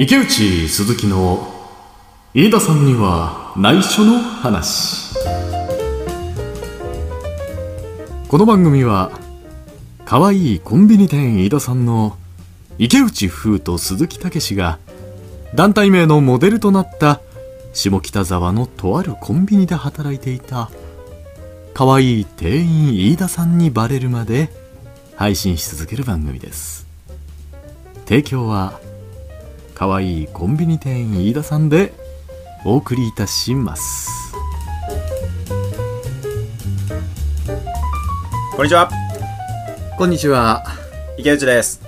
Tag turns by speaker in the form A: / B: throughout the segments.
A: 池内鈴木の飯田さんには内緒の話この番組は可愛いコンビニ店飯田さんの池内風と鈴木武が団体名のモデルとなった下北沢のとあるコンビニで働いていた可愛い店員飯田さんにバレるまで配信し続ける番組です提供は可愛いコンビニ店員飯田さんでお送りいたします
B: こんにちは
A: こんにちは
B: 池内です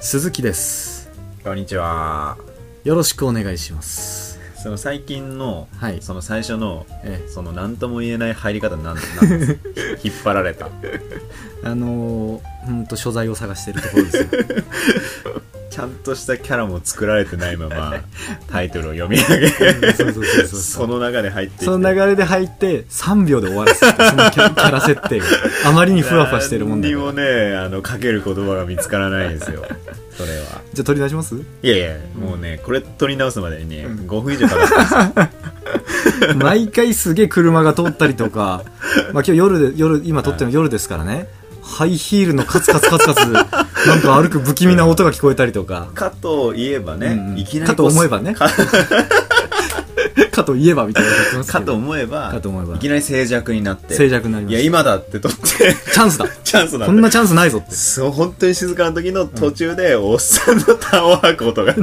A: 鈴木です
B: こんにちは
A: よろしくお願いします
B: その最近の、
A: はい
B: その最初の
A: え
B: その何とも言えない入り方なんなんで すか引っ張られた
A: あのー、うんと所在を探してるところですよ
B: ちゃんとしたキャラも作られてないままタイトルを読み上
A: うんそうそうそう
B: げ
A: そう
B: その中で入ってきて
A: その流れで入って3秒で終わらせるそのキャキャラ設定があまりにふわふわしてるもんだ
B: 何
A: か
B: に
A: ら
B: もねあのかける言葉が見つからないんです よそれは
A: じゃあ取り出します
B: いやいやもうねこれ取り直すまでにね、
A: うん
B: 5分以上かかってます
A: 毎回すげえ車が通ったりと か、まあ、今日夜で夜今撮ってるの夜ですからねハイヒールのカツカツカツカツなんか歩く不気味な音が聞こえたりとか
B: かといえばね、
A: うんうん
B: いきなり
A: かと思えばね
B: か
A: かといえばみたいなことやってますけ
B: か
A: ど
B: と思えば
A: かと思えば
B: いきなり静寂になって
A: 静寂になりまし
B: いや
A: た
B: 今だって撮って
A: チャンスだ
B: チャンスなんだ
A: こんなチャンスないぞ って
B: そう本当に静かな時の途中で、おっさんのタワーコー トが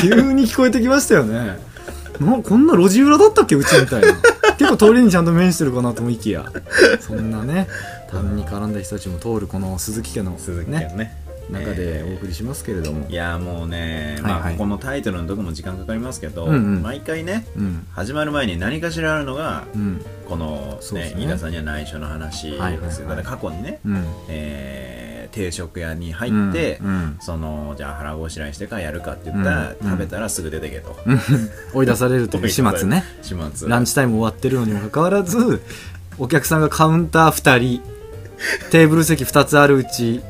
A: 急に聞こえてきましたよねなこんな路地裏だったっけうちみたいな結構通りにちゃんと面してるかなと思いきやそんなね他人に絡んだ人たちも通るこの鈴木家の、ね、
B: 鈴木家のね
A: 中でお送りしますけれども、
B: いやもうね、
A: はいはい
B: まあ、ここのタイトルのとこも時間かかりますけど、
A: うんうん
B: 毎回ね
A: うん
B: 始まる前に何かしらあるのが
A: うん
B: この、
A: そうで
B: ね
A: すね
B: 飯田さんには内緒の話ですよ、
A: はいはいはい
B: だから過去にね、
A: うん
B: えー定食屋に入って、
A: うんうん
B: そのじゃあ腹ごしらえしてからやるかって言ったら、
A: うん
B: 食べたらすぐ出てけ と、
A: 追い出されるという始末 ね
B: 始末
A: ランチタイム終わってるのにもかかわらずお客さんがカウンター2人テーブル席2つあるうち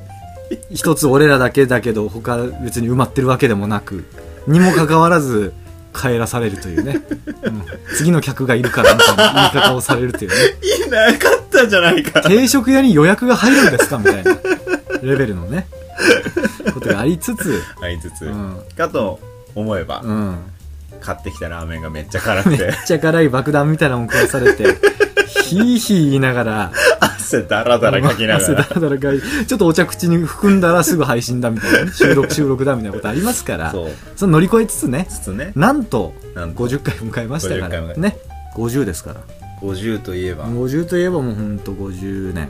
A: 1つ俺らだけだけど他別に埋まってるわけでもなくにもかかわらず帰らされるというね、うん次の客がいるからみたいな言い方をされるというね
B: いなかったじゃないか
A: 定食屋に予約が入るんですかみたいなレベルのねことがありつつ、
B: あいつつ、
A: うん
B: かと思えば、
A: うん、
B: 買ってきたラーメンがめっちゃ辛
A: め
B: く
A: ってちゃ辛い爆弾みたいなもん食わされてヒーヒー言いながら
B: 汗だらだらかきなが
A: 汗
B: ら
A: だらだらかいちょっとお茶口に含んだらすぐ配信だみたいな収 録収録だみたいなことありますから
B: そう
A: その乗り越えつつね
B: つつね
A: なんと
B: なんと
A: 50回迎えましたか
B: 50
A: ら
B: 回迎え
A: ね50ですから
B: 50といえば
A: 50といえばもうほんと50年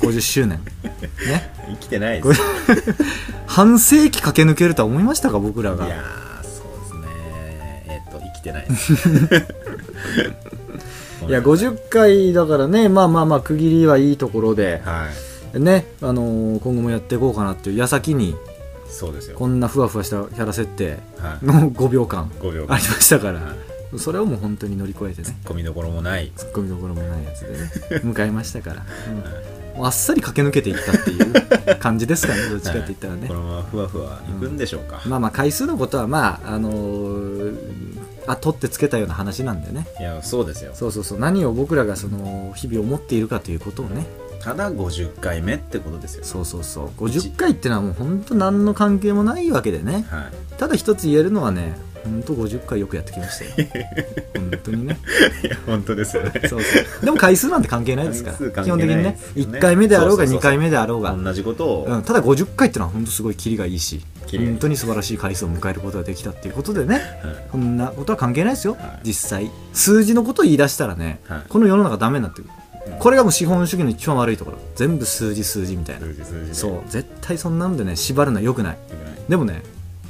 A: 50周年 ね
B: 生きてないです
A: 半世紀駆け抜けるとは思いましたか僕ら
B: い
A: が
B: やーそうですねえっと生きてないです
A: いや50回だからねまあまあまあ区切りはいいところで
B: はい
A: ねあのー今後もやっていこうかなっていう矢先に
B: そうですよ
A: こんなふわふわしたキャラ設定
B: はい
A: の5秒間
B: 5秒
A: あ
B: 間
A: り
B: ツ
A: ましたから、
B: は
A: それをもう本当に乗り越えてね
B: ッコミどころもない
A: ツッコミどころもないやつでね迎えましたから、うんもうあっさり駆け抜けていったっていう感じですかねどっちかって言ったらね、
B: このままふわふわいくんでしょうか
A: まあまあ回数のことはまああのーあ取ってつけたような話なんでね
B: いやそうですよ
A: そうそうそう何を僕らがその日々思っているかということをね
B: ただ50回目ってことですよ
A: そうそうそう50回ってのはもう本当何の関係もないわけでね
B: はい
A: ただ一つ言えるのはね本当50回よくやってきました よ本当にね
B: いや本当ですよね
A: そうそうでも回数なんて関係ないですから
B: 回数関
A: 基
B: 係
A: 本的に
B: ない
A: ね
B: ですよね
A: 1回目であろうが
B: そうそうそう
A: 2回目であろうが
B: 同じこと
A: う
B: を
A: ん、ただ50回ってのは本当すごいキリがいいし
B: キリがいい
A: 本当に素晴らしい回数を迎えることができたっていうことでね
B: はい
A: こんなことは関係ないですよ、
B: はい
A: 実際数字のことを言い出したらね、
B: はい
A: この世の中ダメになってくる
B: うん
A: これがもう資本主義の一番悪いところ全部数字数字みたいな
B: 数字数字で
A: そう絶対そんなんでね縛るのは良くない
B: よくない
A: でもね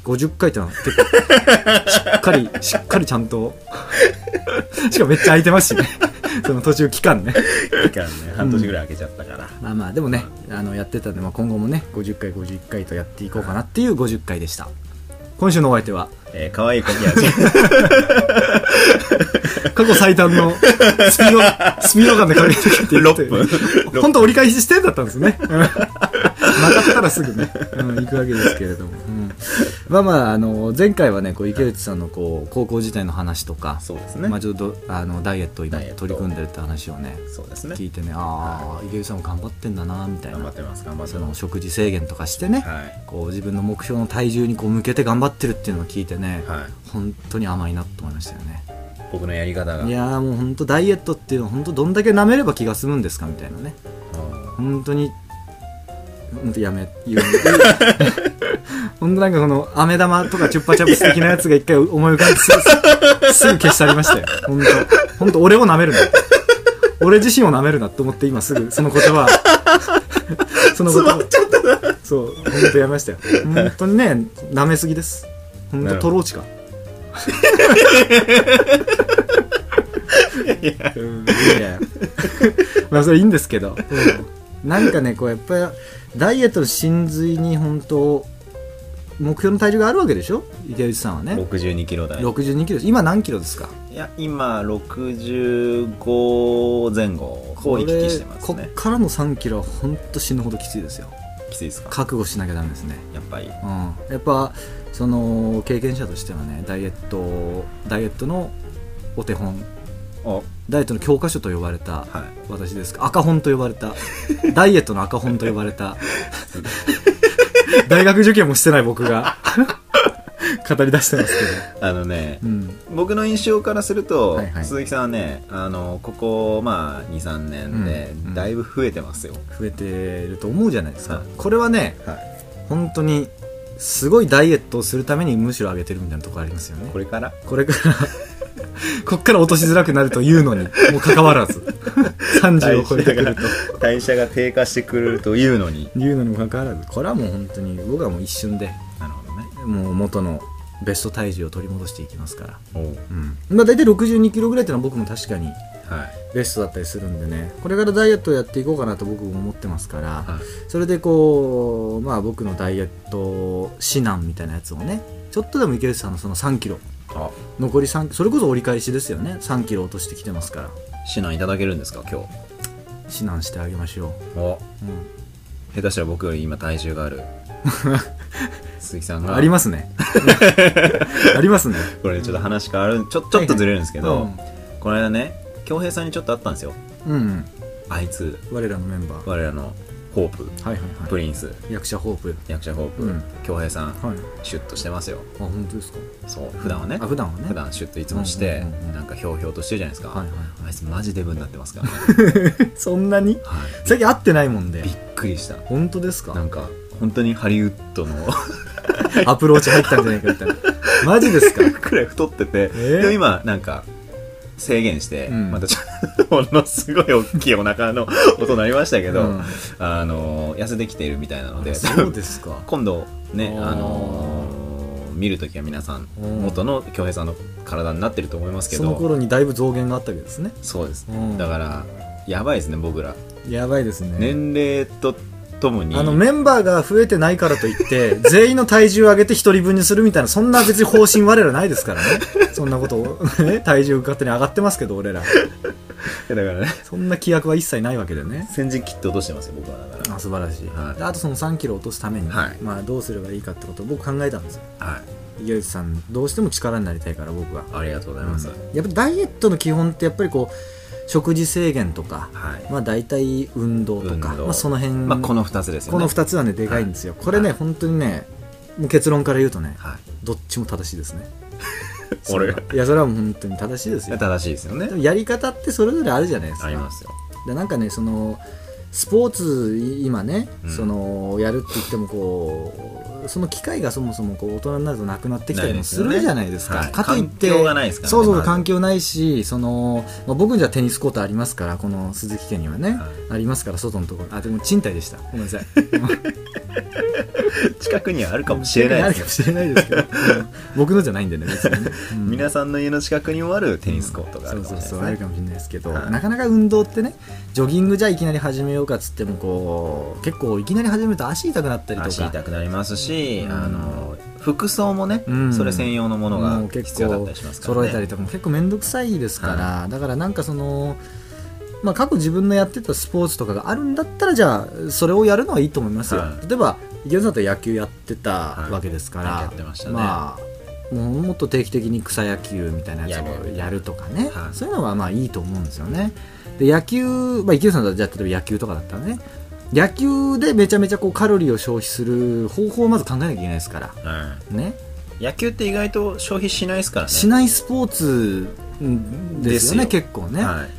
A: 50回ってのは結構しっか りしっかりちゃんとしかもめっちゃ空いてますしね その途中期間ね
B: 期間ね半年ぐらい空けちゃったから、
A: まあまあでもねあのやってたんで、まあ、今後もね50回51回とやっていこうかなっていう50回でした今週のお相手は
B: えー、可愛い子 に
A: 過去最短のスピ ードスピード感で駆け抜けていくとい
B: 6分
A: う本 当折り返ししてんだったんですねうんなかったらすぐね、うん、行くわけですけれども、うんまあまああの前回はねこう池内さんのこう高校時代の話とか、
B: そうですね、
A: まあ、ちょっとあのダイエットを今
B: ダイエット
A: 取り組んでるって話をね
B: そうですね
A: 聞いてねああ池内さんも頑張ってんだなみたい
B: 頑張
A: な
B: ってます頑張って
A: その
B: ます
A: 食事制限とかしてね、
B: はい
A: こう自分の目標の体重にこう向けて頑張ってるっていうのを聞いてね、
B: はい
A: 本当に甘いなと思いましたよね
B: 僕のやり方が
A: いやーもう本当ダイエットっていうのは本当どんだけ舐めれば気が済むんですかみたいなね
B: うん
A: 本当に本当やめ言う 本当なんかこの飴玉とかチュッパチャプス的なやつが一回思い浮かんですぐすぐ 消し去りましたよ本当本当俺を舐めるな俺自身を舐めるなと思って今すぐその言葉その言葉そう本当やめましたよ本当にね舐めすぎです本
B: な
A: 当
B: るほ
A: ト
B: ど
A: ローチかうんいやいやまあそれいいんですけど、なんかねこうやっぱりダイエットの真髄に本当目標の体重があるわけでしょ池内さんはね
B: 62キロ台
A: 6 2キロです今何キロですか
B: いや今65前後を行き来してます
A: これ
B: ね
A: こっからの3キロは本当死ぬほどきついですよ
B: きついですか
A: 覚悟しなきゃダメですね
B: やっぱり
A: うんやっぱその経験者としてはねダイエットダイエットのお手本
B: お
A: ダイエットの教科書と呼ばれた
B: はい
A: 私ですか赤本と呼ばれた ダイエットの赤本と呼ばれた 大学受験もしてない僕が 語り出してます
B: あのね
A: けど、うん、
B: 僕の印象からすると、
A: はいはい
B: 鈴木さんはねあのここ、まあ、23年で
A: うん
B: だいぶ増えてますよ、
A: 増えてると思うじゃないですか
B: はい
A: これはね
B: はい、
A: 本当にすごいダイエットをするためにむしろ上げてるみたいなところありますよね
B: これから
A: これから こっから落としづらくなるというのにもかかわら ず30を超えてくると
B: 代謝が低下してくるというのに
A: いうのにもかかわらずこれはもう本当に僕はもう一瞬で
B: なるほどね
A: もう元のベスト体重を取り戻していきますから、
B: おう
A: まあ、大体6 2キロぐらいっていうのは僕も確かに
B: はい
A: ベストだったりするんでねこれからダイエットをやっていこうかなと僕も思ってますから、
B: はい
A: それでこうまあ僕のダイエット指南みたいなやつをねちょっとでも池内さんのその3キロ
B: あ
A: 残り3それこそ折り返しですよね3キロ落としてきてますから
B: 指南いただけるんですか今日
A: 指南してあげましょう、
B: お
A: うん
B: 下手したら僕より今体重 がある鈴木さんが
A: あります ねありますね
B: これちょっと話変わるちょちょっとずれるんですけど、
A: はいはい
B: この間ね恭平さんにちょっと会ったんですよ
A: うん、うん、
B: あいつ
A: 我らのメンバーは
B: 我らのホープ
A: いはい
B: プ
A: は
B: リンス
A: い役者ホープ
B: 役者ホー
A: うん
B: プ恭、平さん、
A: はい
B: シュッとしてますよ
A: あ本当ですか
B: そう普段はね
A: あ普段はね
B: 普段シュッといつもして、
A: うんうんうんうん
B: なんかひょうひょうとしてるじゃないですか、
A: はいはい
B: あいつマジデブになってますからね、
A: そんなに
B: はい
A: 最近会ってないもんで
B: びっくりした
A: 本当です
B: な
A: か
B: んか本当にハリウッ ドの
A: アプローチ入ったんじゃないかみ たいなマジですか
B: くらい太ってて、
A: ー
B: でも今なんか制限して、
A: うん
B: またちょっとものすごい大きいお 腹の音になりましたけど、
A: うん
B: あの痩せてきてるみたいなので
A: そうですか
B: 今度ね
A: あー
B: あの見るときは皆さん
A: うん
B: 元の恭平さんの体になってると思いますけ
A: その
B: ど
A: 頃にだいぶ増減があったわけですね
B: そうです
A: うん
B: だからやばいですね僕ら
A: やばいですね
B: 年齢とともに
A: あのメンバーが増えてないからといって 全員の体重を上げて一人分にするみたいなそんな別に方針我らないですからね そんなことを ね体重勝手に上がってますけど俺ら
B: だからね
A: そんな規約は一切ないわけでね
B: 先陣切って落としてますよ僕はだか
A: あ素晴らしい、
B: はい
A: であとその3キロ落とすために、
B: はい
A: まあ、どうすればいいかってことを僕考えたんですよ
B: らはい
A: 池内さんどうしても力になりたいから僕は
B: ありがとうございます、
A: やっぱダイエットの基本ってやっぱりこう食事制限とか、
B: はい
A: まあ、大体運動とか
B: 運動
A: まあ、その辺、
B: まあこの2つですよね
A: この2つはねでかいんですよ、これね、
B: は
A: 本当にねもう結論から言うとね
B: は
A: どっちも正しいですね
B: い
A: それ
B: 俺
A: はいやそれはもう本当に正しいですよ
B: 正しいですよね
A: でもやり方ってそれぞれあるじゃないですか
B: ありますよ
A: でなんかねそのスポーツい今ね、
B: うん
A: そのやるって言ってもこうその機会がそもそもこう大人になるとなくなってきたりもするじゃないですか。
B: ないですよね
A: かといって
B: はい環境がないですからね
A: そうそう
B: まず
A: 環境ないしその、まあ、僕じゃテニスコートありますからこの鈴木家にはね、
B: はい
A: ありますから外のところあでも賃貸でしたごめんなさい。
B: 近くにはあるかもしれない
A: あ
B: で
A: る
B: す
A: か
B: よ
A: もしれないですけど、うん僕のじゃないんでね別 にね、うん
B: 皆さんの家の近くにもあるテニスコートがあるか
A: そう
B: も
A: そう
B: し
A: そう
B: れ
A: あ
B: な
A: る
B: い
A: か
B: ですね
A: もしれないですけど、
B: はい
A: なかなか運動ってねジョギングじゃいきなり始めようかっつってもこう結構いきなり始めると足痛くなったりと
B: 足
A: か
B: 痛くなりますし、
A: うん
B: あの服装もね、
A: うん
B: それ専用のもの
A: も
B: が
A: う結構
B: 必要だったりしますから
A: 揃
B: ね
A: えたりとかも結構面倒くさいですから、だからなんかその、まあ、過去自分のやってたスポーツとかがあるんだったらじゃあそれをやるのはいいと思いますよ、
B: は
A: 例えば池里は野球やってた
B: はい
A: わけですから、
B: 野球やってましたね
A: まあもうもっと定期的に草野球みたいなやつ
B: や
A: を
B: る
A: やるとかね、
B: はい
A: そういうのがまあいいと思うんですよねで野球、まあ、池里さんだったらじゃあ例えば野球とかだったらね野球でめちゃめちゃこうカロリーを消費する方法をまず考えなきゃいけないですから
B: は
A: ね
B: い、野球って意外と消費しないですからね
A: しないスポーツうんですよね
B: ですよ
A: 結構ね、
B: はい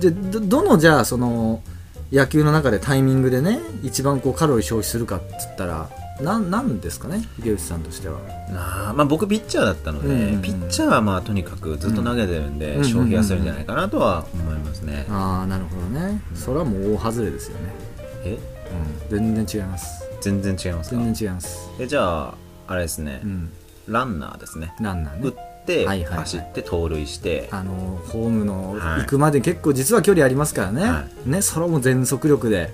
A: じゃどどのじゃあその野球の中でタイミングでね一番こうカロリー消費するかっつったらなんなんですかね池内さんとしては
B: なあまあ、僕ピッチャーだったので、
A: うんうん
B: ピッチャーはまあとにかくずっと投げてるんで、
A: うん
B: 消費がするんじゃないかなとは思いますね、
A: ああなるほどねそれはもう大外れですよね、
B: え
A: うん、全然違います
B: 全然違いますか
A: 全然違います
B: えじゃああれですね、
A: うん
B: ランナーですね
A: ランナー
B: 打
A: ね
B: って、
A: はいはいはい
B: 走って盗塁して
A: あのホームの
B: はい
A: 行くまで結構実は距離ありますからね、
B: は
A: ねそれはもう全速力で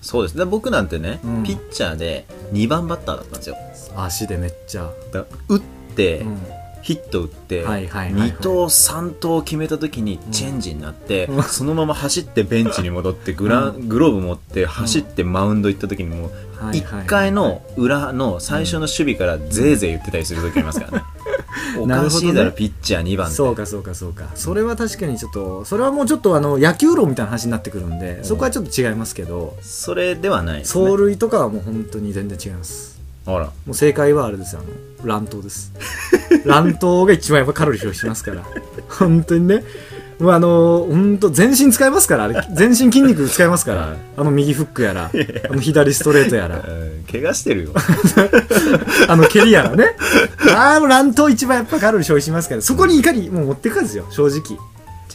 B: そうですで僕なんてね、
A: うん
B: ピッチャーで2番バッターだったんですよ
A: 足でめっちゃ、
B: だ打って、
A: うん、
B: ヒット打って、
A: はいはいはいはい
B: 2投3投決めた時にチェンジになって、
A: うん
B: そのまま走ってベンチに戻ってグラ、グローブ持って走ってマウンド行った時にもう
A: はいはいはい
B: 1回の裏の最初の守備からぜいぜい言ってたりする時ありま すからねお
A: なる
B: か
A: ほど
B: し
A: ね
B: いだろピッチャー2番って
A: そうかそうかそうかそれは確かにちょっとそれはもうちょっとあの野球論みたいな話になってくるんでそこはちょっと違いますけど
B: それではないですね
A: 走塁とかはもう本当に全然違います
B: あら
A: もう正解はあれですよあの乱闘です 乱闘が一番やっぱカロリー消費しますから本当にねもうあの本当全身使いますからあれ全身筋肉使いますか
B: は
A: ら
B: い
A: あの右フックやらあの左ストレートやら
B: えー怪我してるよ
A: あの蹴りやらねああもう乱闘一番やっぱカロリー消費しますからそこにいかにもう持っていくかですよ正直
B: じゃ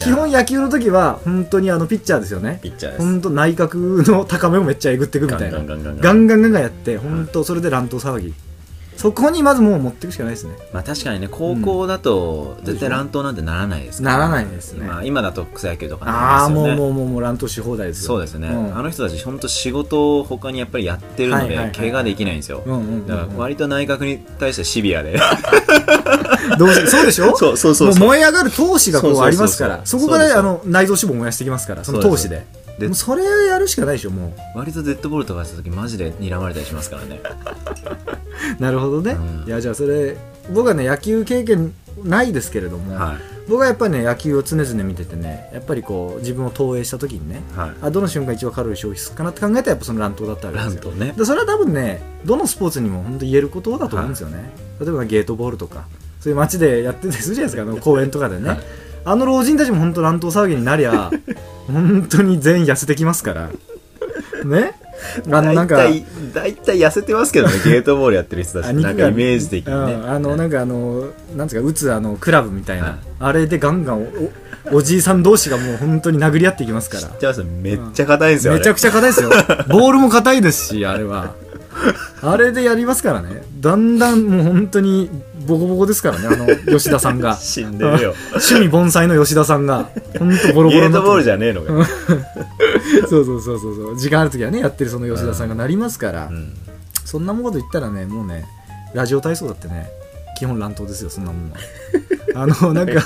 B: あ
A: 基本野球の時は本当にあのピッチャーですよね
B: ピッチャーです
A: 本当内角の高めをめっちゃえぐっていくみたいな
B: ガンガンガンガン
A: ガンガンガンガンやって本当それで乱闘騒ぎそこにまずもう持っていくしかないですね
B: まあ確かにね高校だと絶対乱闘なんてならないですから
A: ならないですね
B: まあ、今だと草野球とかに
A: ああ
B: なりま
A: も
B: すよね
A: うもうもうもう乱闘し放題ですよ
B: そうですね、
A: うん
B: あの人たち本当仕事を他にやっぱりやってるの
A: はいはいは
B: で
A: い
B: 怪我できないんですよ、
A: うんうんうん
B: だから割と内角に対してシビアで
A: どうせそうでしょ
B: そうそうそうそう
A: もう燃え上がる闘志がこ
B: そうそうそう
A: う
B: そう
A: ありますからそこか
B: そうです
A: ら
B: よ
A: あの内臓脂肪を燃やしていきますからその闘志で
B: で
A: もうそれやるしかないでしょも
B: 割とデッドボールとかした時マジで睨まれたりしますからね
A: うなるほどね
B: うん
A: いやじゃあそれ僕はね野球経験ないですけれども
B: はい
A: 僕はやっぱりね野球を常々見ててねやっぱりこう自分を投影した時にね
B: はい
A: あどの瞬間一番カロリー消費するかなって考えたらやっぱその乱闘だったわけで
B: ラ
A: す
B: ン
A: よ
B: とね
A: でそれは多分ねどのスポーツにも本当言えることだと思うんですよね、例えばゲートボールとかそういう街でやってたりするじゃないですかあの公園とかでね、
B: はい
A: あの老人たちも本当乱闘騒ぎになり ゃ本当に全員痩せてきますからねあのなんか
B: 大体大体痩せてますけどねゲートボールやってる人た
A: あ
B: ちな
A: 肉
B: ん
A: が
B: かイメージ的にね、
A: うんあのなんかあのなんつうか打つあのクラブみたいな、
B: はい
A: あれでガンガンおお おじいさん同士がもう本当に殴り合っていきますから
B: じゃあめっちゃ硬いんですよ、
A: めちゃく
B: ち
A: ちゃ硬いですよボールも硬いですしあれはあれでやりますからねだんだんもう本当にボコボコですからねあの吉田さんが
B: 死んで るよ
A: 趣味盆栽の吉田さんが本当ボロボ
B: ゲ
A: ロ
B: ー
A: にな
B: ト
A: っ
B: ボール
A: て
B: じゃねえのか、
A: そうそうそうそうそう時間ある時はねやってるその吉田さんがなりますから、
B: うん
A: そんなこと言ったらねもうねラジオ体操だってね基本乱闘ですよそんなもんは あのなん か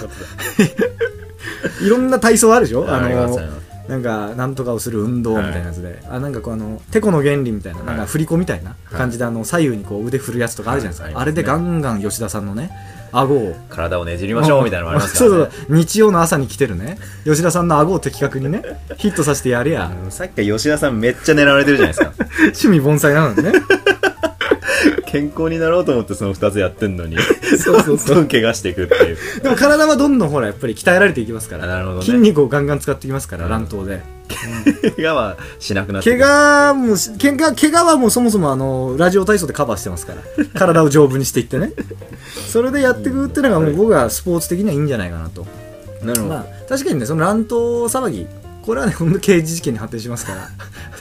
A: いろんな体操あるでしょあ
B: ありがとうご
A: の
B: ざいます
A: なんか、なんとかをする運動みたいなやつで、あなんかこう、あの、てこの原理みたいな、
B: い
A: なんか振り子みたいな感じで、あの、左右にこう腕振るやつとかあるじゃないですか。
B: はい
A: あれでガンガン吉田さんのね、顎を。
B: 体をねじりましょうみたいなのもありますか
A: そ
B: ら、
A: う
B: ね、
A: そうそう日曜の朝に来てるね吉田さんの顎を的確にねヒットさせてやれや
B: あのさっきから吉田さんめっちゃ狙われてるじゃないですか
A: 趣味盆栽なのにね
B: 健康になろうと思ってその2つやってんのに
A: そうそうそう
B: どんどん怪我していくっていう
A: でも体はどんどんほらやっぱり鍛えられていきますか
B: あなる
A: ら、
B: ほどね
A: 筋肉をガンガン使っていきますから
B: うん
A: 乱闘で
B: 怪我はしなくなってく
A: 怪我もし怪我怪我はもうそもそもあのラジオ体操でカバーしてます から体を丈夫にしていってねそれでやっていくっていうのがもう僕はスポーツ的にはいいんじゃないかなと、
B: なるほど、
A: まあ確かにねその乱闘騒ぎこれはねほんと刑事事件に発展します から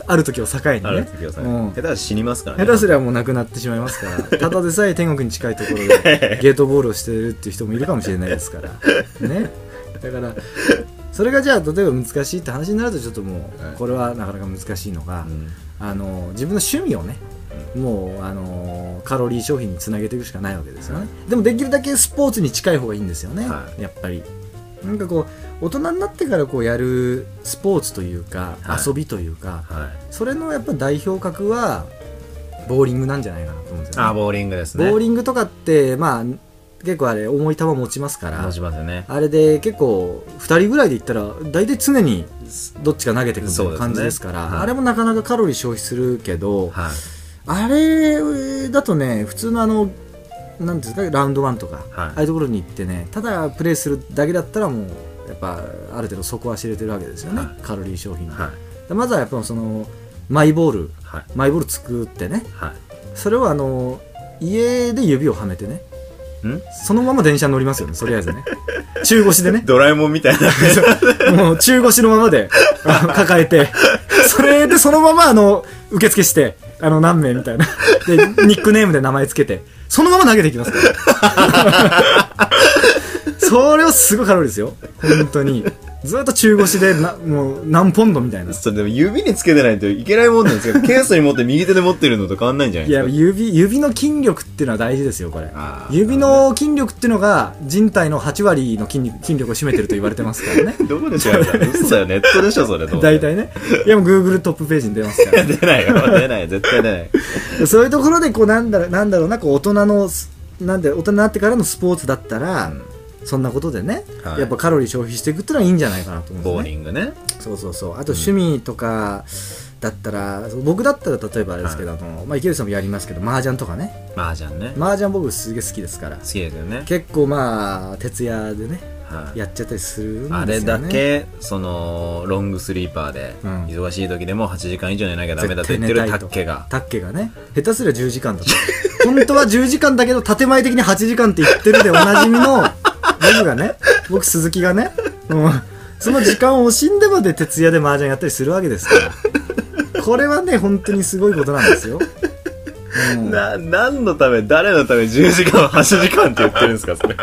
A: ある時を境に
B: ある
A: ね
B: 時はさ、
A: うん
B: 下手は死にますからね
A: 下手すりゃもうなくなってしまいますからただでさえ天国に近いところ でゲートボールをしてるっていう人もいるかもしれないですからねだからそれがじゃあ例えば難しいって話になるとちょっとも
B: はいう
A: これはなかなか難しいのが、
B: うん
A: あの自分の趣味をね、もうあのカロリー消費につなげていくしかないわけですよね、でもできるだけスポーツに近い方がいいんですよね、
B: は
A: やっぱりなんかこう大人になってからこうやるスポーツというか、
B: はい
A: 遊びというか
B: は
A: それのやっぱ代表格はボーリングなんじゃないかなと思うんですよ、ね、
B: あーボーリングです
A: ボ
B: ね
A: ーリングとかってまあ結構あれ重い球持ちますから
B: 持ちますよね
A: あれで結構2人ぐらいでいったら大体常にどっちか投げてくるみたい
B: そうで
A: な
B: す
A: 感
B: ね
A: じですから
B: はい
A: あれもなかなかカロリー消費するけど、
B: はい
A: あれだとね普通のあのなんていうんですかラウンドワンとか、
B: はい
A: ああいうところに行ってねただプレーするだけだったらもうやっぱある程度底は知れてるわけですよね、
B: はい
A: カロリー消費の、
B: はい
A: でまずはやっぱそのマイボール
B: はい
A: マイボール作ってね
B: は
A: それをあの家で指をはめてね
B: ん
A: そのまま電車に乗りますよねとりあえずね中腰でね
B: いドラえもんみたいな
A: もう中腰のままで あの抱えて、それでそのままあの受付して、あの何名みたいな。で、ニックネームで名前つけて、そのまま投げていきますから。それはすごいカロリーですよ。本当に。ずっと中腰でな、もう何ポンドみたいな。
B: それでも指につけてないといけないもんなんですけどケースに持って右手で持ってるのと変わんないんじゃない
A: い
B: です
A: や、
B: か
A: 指、指の筋力っていうのは大事ですよ、これ。
B: あー
A: 指の筋力っていうのが人体の8割の筋肉筋力を占めてると言われてます からね。
B: どこで調べたの嘘だよネットでしょそれどう せ
A: 大体ね。いや、もう Google トップページに出ますから。
B: 出な いよ出ない絶対出ない
A: そういうところでこうなんだろうなんだろうなこう大人のすなんで大人になってからのスポーツだったら、そんなことでね、
B: はい
A: やっぱカロリー消費していくってのはいいんじゃないかなと思
B: ボ
A: うん
B: ー
A: です
B: リ
A: ね。
B: ングね
A: そうそうそう。あと趣味とかだったら、僕だったら例えばあれですけど、あのまあ池内さんもやりますけど麻雀とかね
B: 麻雀ね好
A: 麻雀僕すげえ好きですから。
B: きですよね
A: 結構まあ徹夜でね
B: はい
A: やっちゃったりするんですよね。
B: あれだけそのロングスリーパーで
A: うん
B: 忙しい時でも8時間以上寝なきゃダメだと言ってるタッケが
A: タッケがね下手すりゃ10時間だと本当は10時間だけど建前的に8時間って言ってるでおなじみ の僕がね僕鈴木がね、うん、その時間を惜しんでまで徹夜で麻雀やったりするわけですからこれはね本当にすごいことなんですよ、うん
B: な何のため誰のため10時間8時間って言ってるんですか それ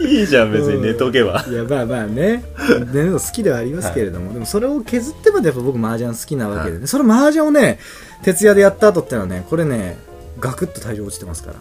B: いいじゃん別に寝とけば、
A: いやまあまあね寝るの好きではありますけれども、でもそれを削ってまでやっぱ僕麻雀好きなわけでね、その麻雀をね徹夜でやった後ってのはねこれねガクッと体重落ちてますから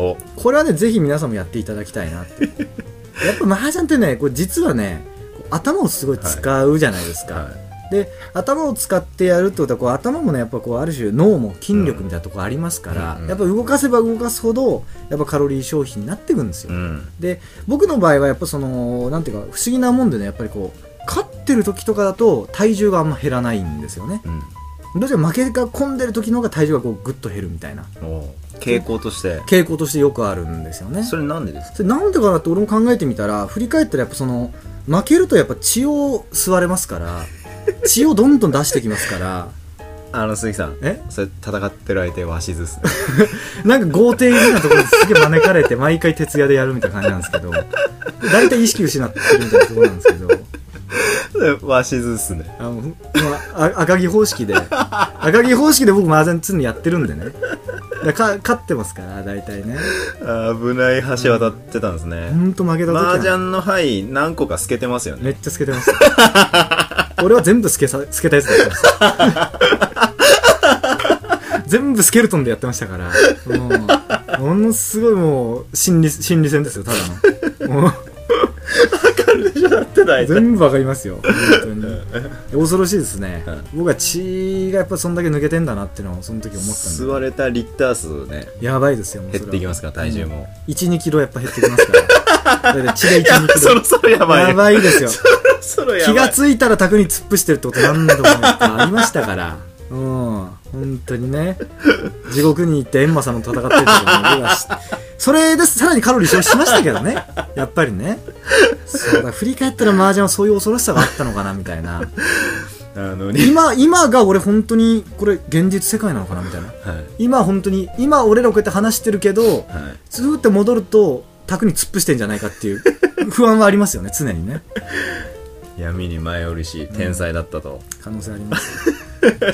B: お
A: これはねぜひ皆さんもやっていただきたいなって やっぱ麻雀ってねこれ実はねこう頭をすごい使うじゃないですか、
B: はい
A: で頭を使ってやるってことはこう頭もねやっぱこうある種脳も筋力みたいなとこありますから、
B: うんうん
A: やっぱ動かせば動かすほどやっぱカロリー消費になっていくんですよ、
B: うん
A: で僕の場合はやっぱそのなんていうか不思議なもんでねやっぱりこう勝ってる時とかだと体重があんま減らないんですよね
B: うん
A: どうしても負けが込んでる時の方が体重がこうグッと減るみたいな
B: お傾向として
A: 傾向としてよくあるんですよね
B: それなんでです
A: それなんでかなって俺も考えてみたら振り返ったらやっぱその負けるとやっぱ血を吸われますから血をどんどん出してきますから
B: かあの鈴木さん
A: え
B: それ戦ってる相手わしずっすね
A: なんか豪邸みたいなところにすげえ招かれて毎回徹夜でやるみたいな感じなんですけど大体意識失ってるみたいなところなんですけど
B: わしずっすね
A: あの、ま あ、あ赤城方式 で赤城方式で僕麻雀常にやってるんでねだからか勝ってますから大体ね
B: あー危ない橋渡ってたんですね、
A: 本当負けた時
B: 麻
A: は
B: 雀の牌何個か透けてますよね
A: めっちゃ透けてます俺は全部透けさ透けたやつだったんですよ全部スケルトンでやってましたから、うんものすごいもう心理心理戦ですよただのもう
B: やってた相手
A: 全部わかりますよ本当に恐ろしいですね、僕は血がやっぱそんだけ抜けてんだなっていうのをその時思ったん
B: 吸
A: で
B: われたリッター数ね
A: やばいですよもうそれ
B: 減っ
A: は
B: ていきますから体重も、
A: 12キロやっぱ減ってきますから だって血が1 2キ
B: いや
A: ロ
B: そろそろやばい
A: やばいですよ
B: そろやば
A: 気
B: い
A: がついたら卓に突っ伏してるってこと何度もやっぱありました から。うん、本当にね地獄に行ってエンマ様と戦ってるとかね僕はしそれでさらにカロリー消費しましたけどねやっぱりねそうだ振り返ったら麻雀はそういう恐ろしさがあったのかなみたいな
B: なのに、
A: 今今が俺本当にこれ現実世界なのかなみたいな
B: はい
A: 今本当に今俺らこうやって話してるけど
B: はい、
A: ずーって戻ると卓に突っ伏してんじゃないかっ ていう不安はありますよね常にね
B: 闇に舞い降りし天才だった と、
A: 可能性あります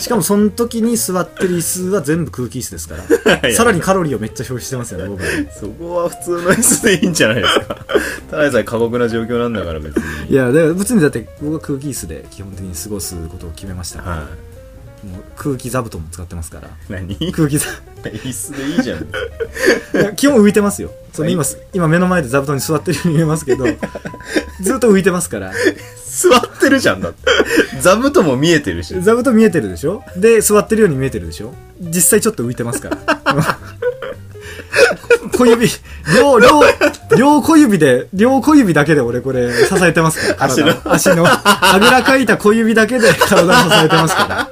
A: しかもその時に座ってる椅子は全部空気椅子です からさらにカロリーをめっちゃ消費してますよね僕は
B: そこは普通の椅子でいいんじゃないです かただでさえ過酷な状況なんだから別に
A: いやだから別にだって僕は空気椅子で基本的に過ごすことを決めましたから、
B: は
A: もう空気座布団も使ってますから
B: い何
A: 空気座
B: 椅子でいいじゃ ん
A: いや基本浮いてますよその今,、
B: は
A: 今目の前で座布団に 座ってるように見えますけどずっと浮いてますから
B: 座ってるじゃんだって座布団も見え てるし。
A: 座布団見えてるでしょで座ってるように見えてるでしょ実際ちょっと浮いてますから 小指両両両小指で両小指だけで俺これ支えてますから体を足のあぐらかいた小指だけで体を支えてますから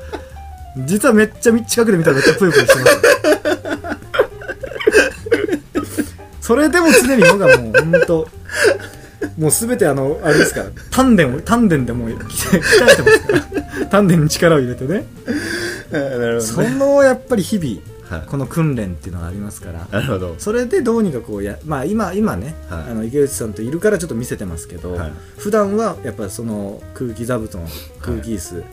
A: 実はめっちゃ近くで見たらめっちゃぷよぷよしてますそれでも常に僕がもう本当もう全てあのあれですから丹田を丹田でもう鍛えてますから丹田に力を入れてね
B: なる
A: そのやっぱり日々、
B: はい
A: この訓練っていうのがありますから
B: なるほど。
A: それでどうにかこうや、まあ、今今ね、
B: はい
A: あの池内さんといるからちょっと見せてますけど、
B: はい
A: 普段はやっぱりその空気座布団空気椅子、
B: はい。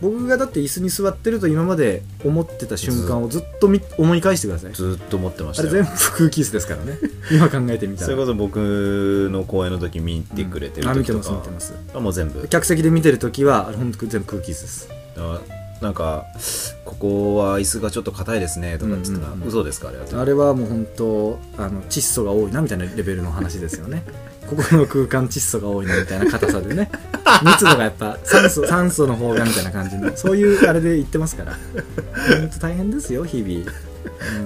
A: 僕がだって椅子に座ってると今まで思ってた瞬間をずっとみ思い返してください
B: ずーっと持ってまし
A: あ
B: た
A: れ
B: よ。
A: 全部空気椅子ですから ね今考えてみたら
B: それこそ僕の公演の時見てくれてる
A: あ見
B: 時
A: て
B: と
A: ます
B: か、
A: 見てます
B: あもう全部
A: 客席で見てる時はあれ本当全部空気椅子です
B: あなんか「ここは椅子がちょっと硬いですね」とかっつったら「
A: うんうんうん
B: 嘘ですか?」あれは
A: あれはもう本当あの窒素が多いなみたいなレベルの話ですよね ここの空間窒素が多いなみたいな硬さで ね密度がやっぱ酸素酸素の方がみたいな感じでそういうあれで言ってますから本当大変ですよ日々、うん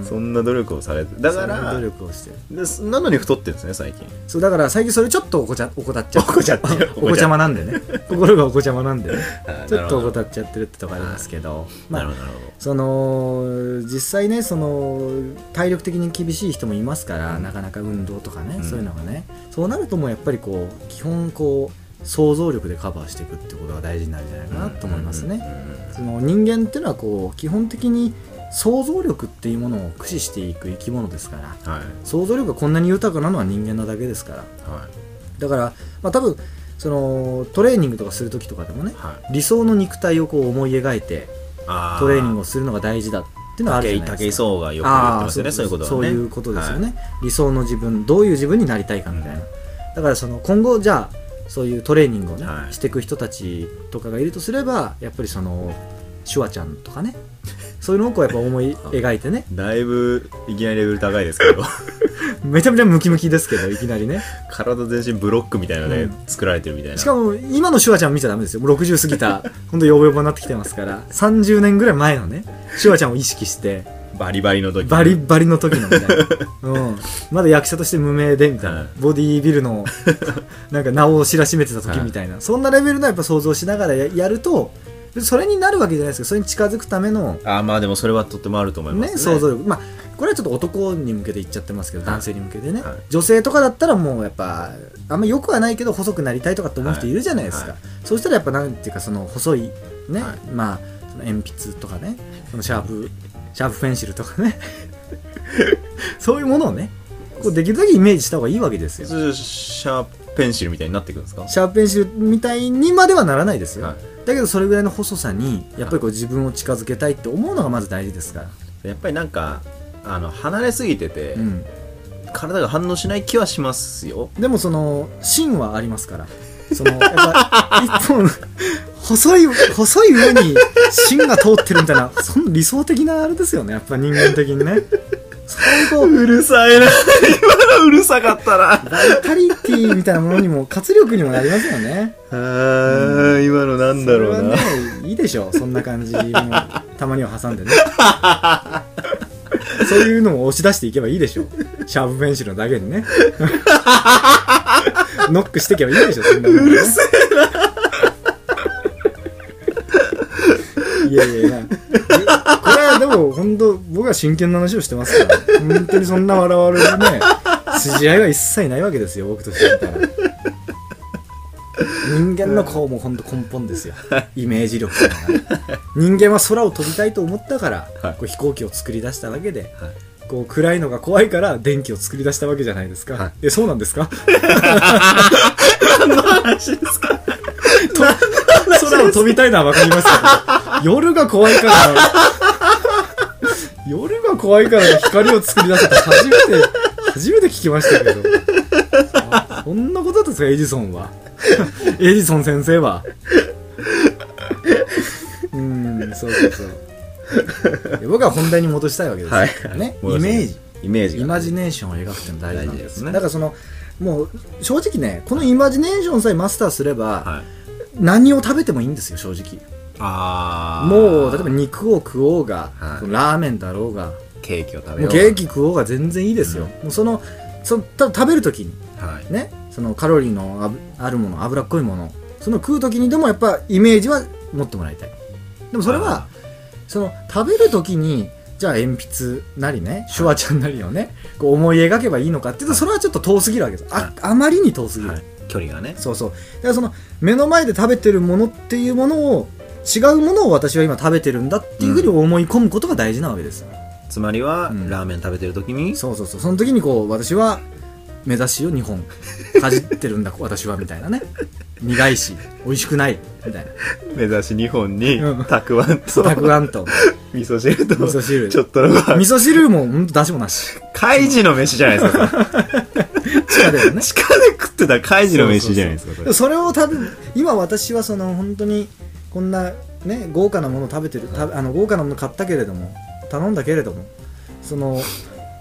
B: そんな努力をされてだか
A: そんな
B: ら
A: 努力をしてる
B: ですなのに太ってるんですね最近
A: そうだから最近それちょっとおこちゃおこたっちゃ
B: おこちゃってる
A: おこちゃまなんでね心がおこちゃまなんでね ちょっとおこ
B: 答
A: たっちゃってるってとこありますけど
B: えな
A: ま
B: る
A: あ
B: ほどなるほ
A: その実際ねその体力的に厳しい人もいますから、なかなか運動とかね、
B: うん
A: そういうのがねそうなるともうやっぱりこう基本こう想像力でカバーしていくってことが大事になるんじゃないかな
B: ど
A: と思いますね、
B: うんうんうん
A: その人間っていうのはこう基本的に想像力っていうものを駆使していく生き物ですから
B: うんはい
A: 想像力がこんなに豊かなのは人間なだけですから
B: はい
A: だから、まあ、多分そのトレーニングとかする時とかでもね
B: はい
A: 理想の肉体をこう思い描いて
B: あ
A: トレーニング
B: を
A: をするのが大事だっていうのはあるじゃない
B: 武
A: で
B: 井
A: すか。
B: 壮がよく言って
A: あ
B: ま
A: あ
B: すよねそういうことはね
A: そういうことですよね、理想の自分どういう自分になりたいかみたいな、
B: うん
A: だからその今後じゃあそういうトレーニングをね、
B: はい
A: していく人たちとかがいるとすればやっぱりそのシュワちゃんとかねそういうのをこうやっぱ思い描いて ね
B: だいぶいきなりレベル高いですけど
A: めちゃめちゃムキムキですけどいきなりね
B: 体全身ブロックみたいなので
A: う
B: 作られてるみたいな
A: しかも今のシュワちゃんを見ちゃダメですよもう60過ぎたほんとヨボヨボになってきてますから30年ぐらい前のねシュワちゃんを意識して
B: バリバリの時
A: バリバリの時のみたいな、 うん、まだ役者として無名でみたいな、
B: はい
A: ボディービル のなんか名を知らしめてた時みたいな、そんなレベルのやっぱ想像しながらややるとそれになるわけじゃないですけどそれに近づくための、ね
B: ああまあでもそれはとってもあると思いますね
A: 想像力まあこれはちょっと男に向けて言っちゃってますけど、
B: はい
A: 男性に向けてね、
B: はい
A: 女性とかだったらもうやっぱあんま良くはないけど細くなりたいとかって思う人いるじゃないですか、
B: はいは
A: そうしたらやっぱなんていうかその細いね、
B: は
A: まあその鉛筆とかねそのシャープシャープペンシルとかね そういうものをねこうできるだけイメージした方がいいわけですよシ
B: それシャーペンシルみたいになっていくんですか
A: ャープペンシルみたいにまではならないですよ、
B: は
A: だけどそれぐらいの細さにやっぱりこう自分を近づけたいって思うのがまず大事ですから、
B: やっぱりなんかあの離れすぎてて、
A: うん、
B: 体が反応しない気はしますよ
A: でもその芯はありますからそのやっぱ一本細い細い上に芯が通ってるみたいなその理想的なあれですよねやっぱ人間的にねそういうこう
B: うるさいな今のうるさかったな
A: バイタリティみたいなものにも活力にもなりますよね
B: あー今のなんだろうな、
A: それはねいいでしょうそんな感じもたまには挟んで ねそういうのを押し出していけばいいでしょうシャープペンシルのだけにね ノックしていけばいいでしょそんなもんねうるせえないやいやいやこれはでも本当僕は真剣な話をしてますから本当にそんな笑われるね筋合いは一切ないわけですよ僕としてみたら人間のこうも本当根本ですよイメージ力というのがね人間は空を飛びたいと思ったから、
B: はい
A: こう飛行機を作り出したわけで、
B: はい
A: こう暗いのが怖いから電気を作り出したわけじゃないですか、
B: はい
A: えそうなんですかと空を飛びたいのはわかりますけど夜が怖いから夜が怖いから光を作り出せって初めて初めて聞きましたけどあそんなことだったんですかエジソンはエジソン先生はうんそうそうそういや僕は本題に戻したいわけですよ、
B: はい
A: ね、イ
B: 戻して
A: メージ
B: イメージ
A: イ
B: が
A: マジネーションを描くっての大事なん
B: 大事
A: で
B: ですす
A: ね
B: ね
A: だからそのもう正直ねこのイマジネーションさえマスターすれば、
B: はい
A: 何を食べてもいいんですよ正直
B: あ
A: もう例えば肉を食おうが、
B: はい
A: ラーメンだろうが
B: ケーキを食べ
A: も
B: よ
A: う
B: う
A: ケーキ食おうが全然いいですよ、
B: うん
A: もうそのそのただ食べる時に
B: はい
A: ねそのカロリーのあぶあるもの脂っこいものその食う時にでもやっぱイメージは持ってもらいたいでもそれはその食べる時にじゃあ鉛筆なりねシュワちゃんなりをねこう思い描けばいいのかっていうとそれはちょっと遠すぎるわけですああまりに遠すぎる、
B: はい距離がね
A: そうそうだからその目の前で食べてるものっていうものを違うものを私は今食べてるんだっていうふうに思い込むことが大事なわけです、
B: つまりは、
A: うん
B: ラーメン食べてる時に
A: そうそうそうその時にこう私は目指しを2本かじってるんだ 私はみたいなね苦いし美味しくないみたいな
B: 目指し2本に
A: うん
B: たくあんと
A: たくあんと
B: 味噌汁と
A: 味噌汁
B: ちょ
A: 味
B: っとのご飯
A: 噌汁もほんと出汁もなし
B: カイジの飯じゃないですかそれ
A: 地下だよね
B: 地下で食ってたカイジの飯じゃないですか そ
A: そ
B: れ
A: れを食べ今私はその本当にこんなね豪華なもの食べてるたあの豪華なもの買ったけれども頼んだけれどもその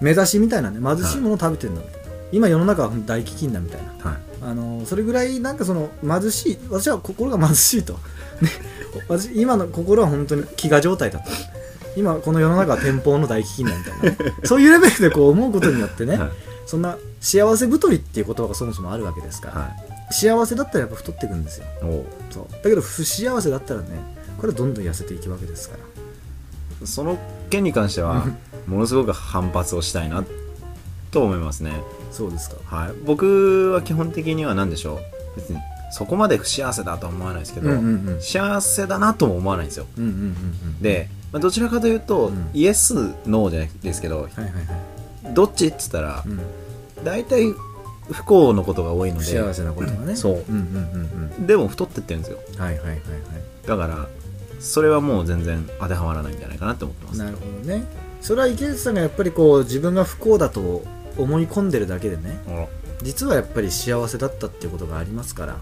A: 目指しみたいなね貧しいものを食べてるんだみたいな今世の中は本当大飢饉だみたいな
B: はい
A: あのそれぐらいなんかその貧しい私は心が貧しいと、ね、 私今の心は本当に飢餓状態だと今この世の中は天保の大飢饉だみたいなそういうレベルでこう思うことによってね、
B: はい
A: そんな幸せ太りっていう言葉がそもそもあるわけですから、
B: はい
A: 幸せだったらやっぱ太っていくんですよ
B: お
A: そうだけど不幸せだったらねこれはどんどん痩せていくわけですから
B: うその件に関してはものすごく反発をしたいなと思いますね
A: そうですか
B: はい僕は基本的には何でしょう別にそこまで不幸せだとは思わないですけ
A: うん
B: ど、
A: うんうん
B: 幸せだなとも思わないんですよ
A: うんうんうんうん
B: で、まあ、どちらかというと、
A: うん
B: イエスノーじゃないですけど
A: はいはいはい、
B: どっちって言ったら
A: うん、
B: 大体不幸のことが多い
A: 不
B: ので
A: 幸せなことはね
B: そう
A: うんうんうん
B: でも太ってってるんですよ
A: うんはいはいはいはい
B: だからそれはもう全然当てはまらないんじゃないかなと思ってます
A: なるほどねそれは池内さんがやっぱりこう自分が不幸だと思い込んでるだけでね
B: あら
A: 実はやっぱり幸せだったっていうことがありますから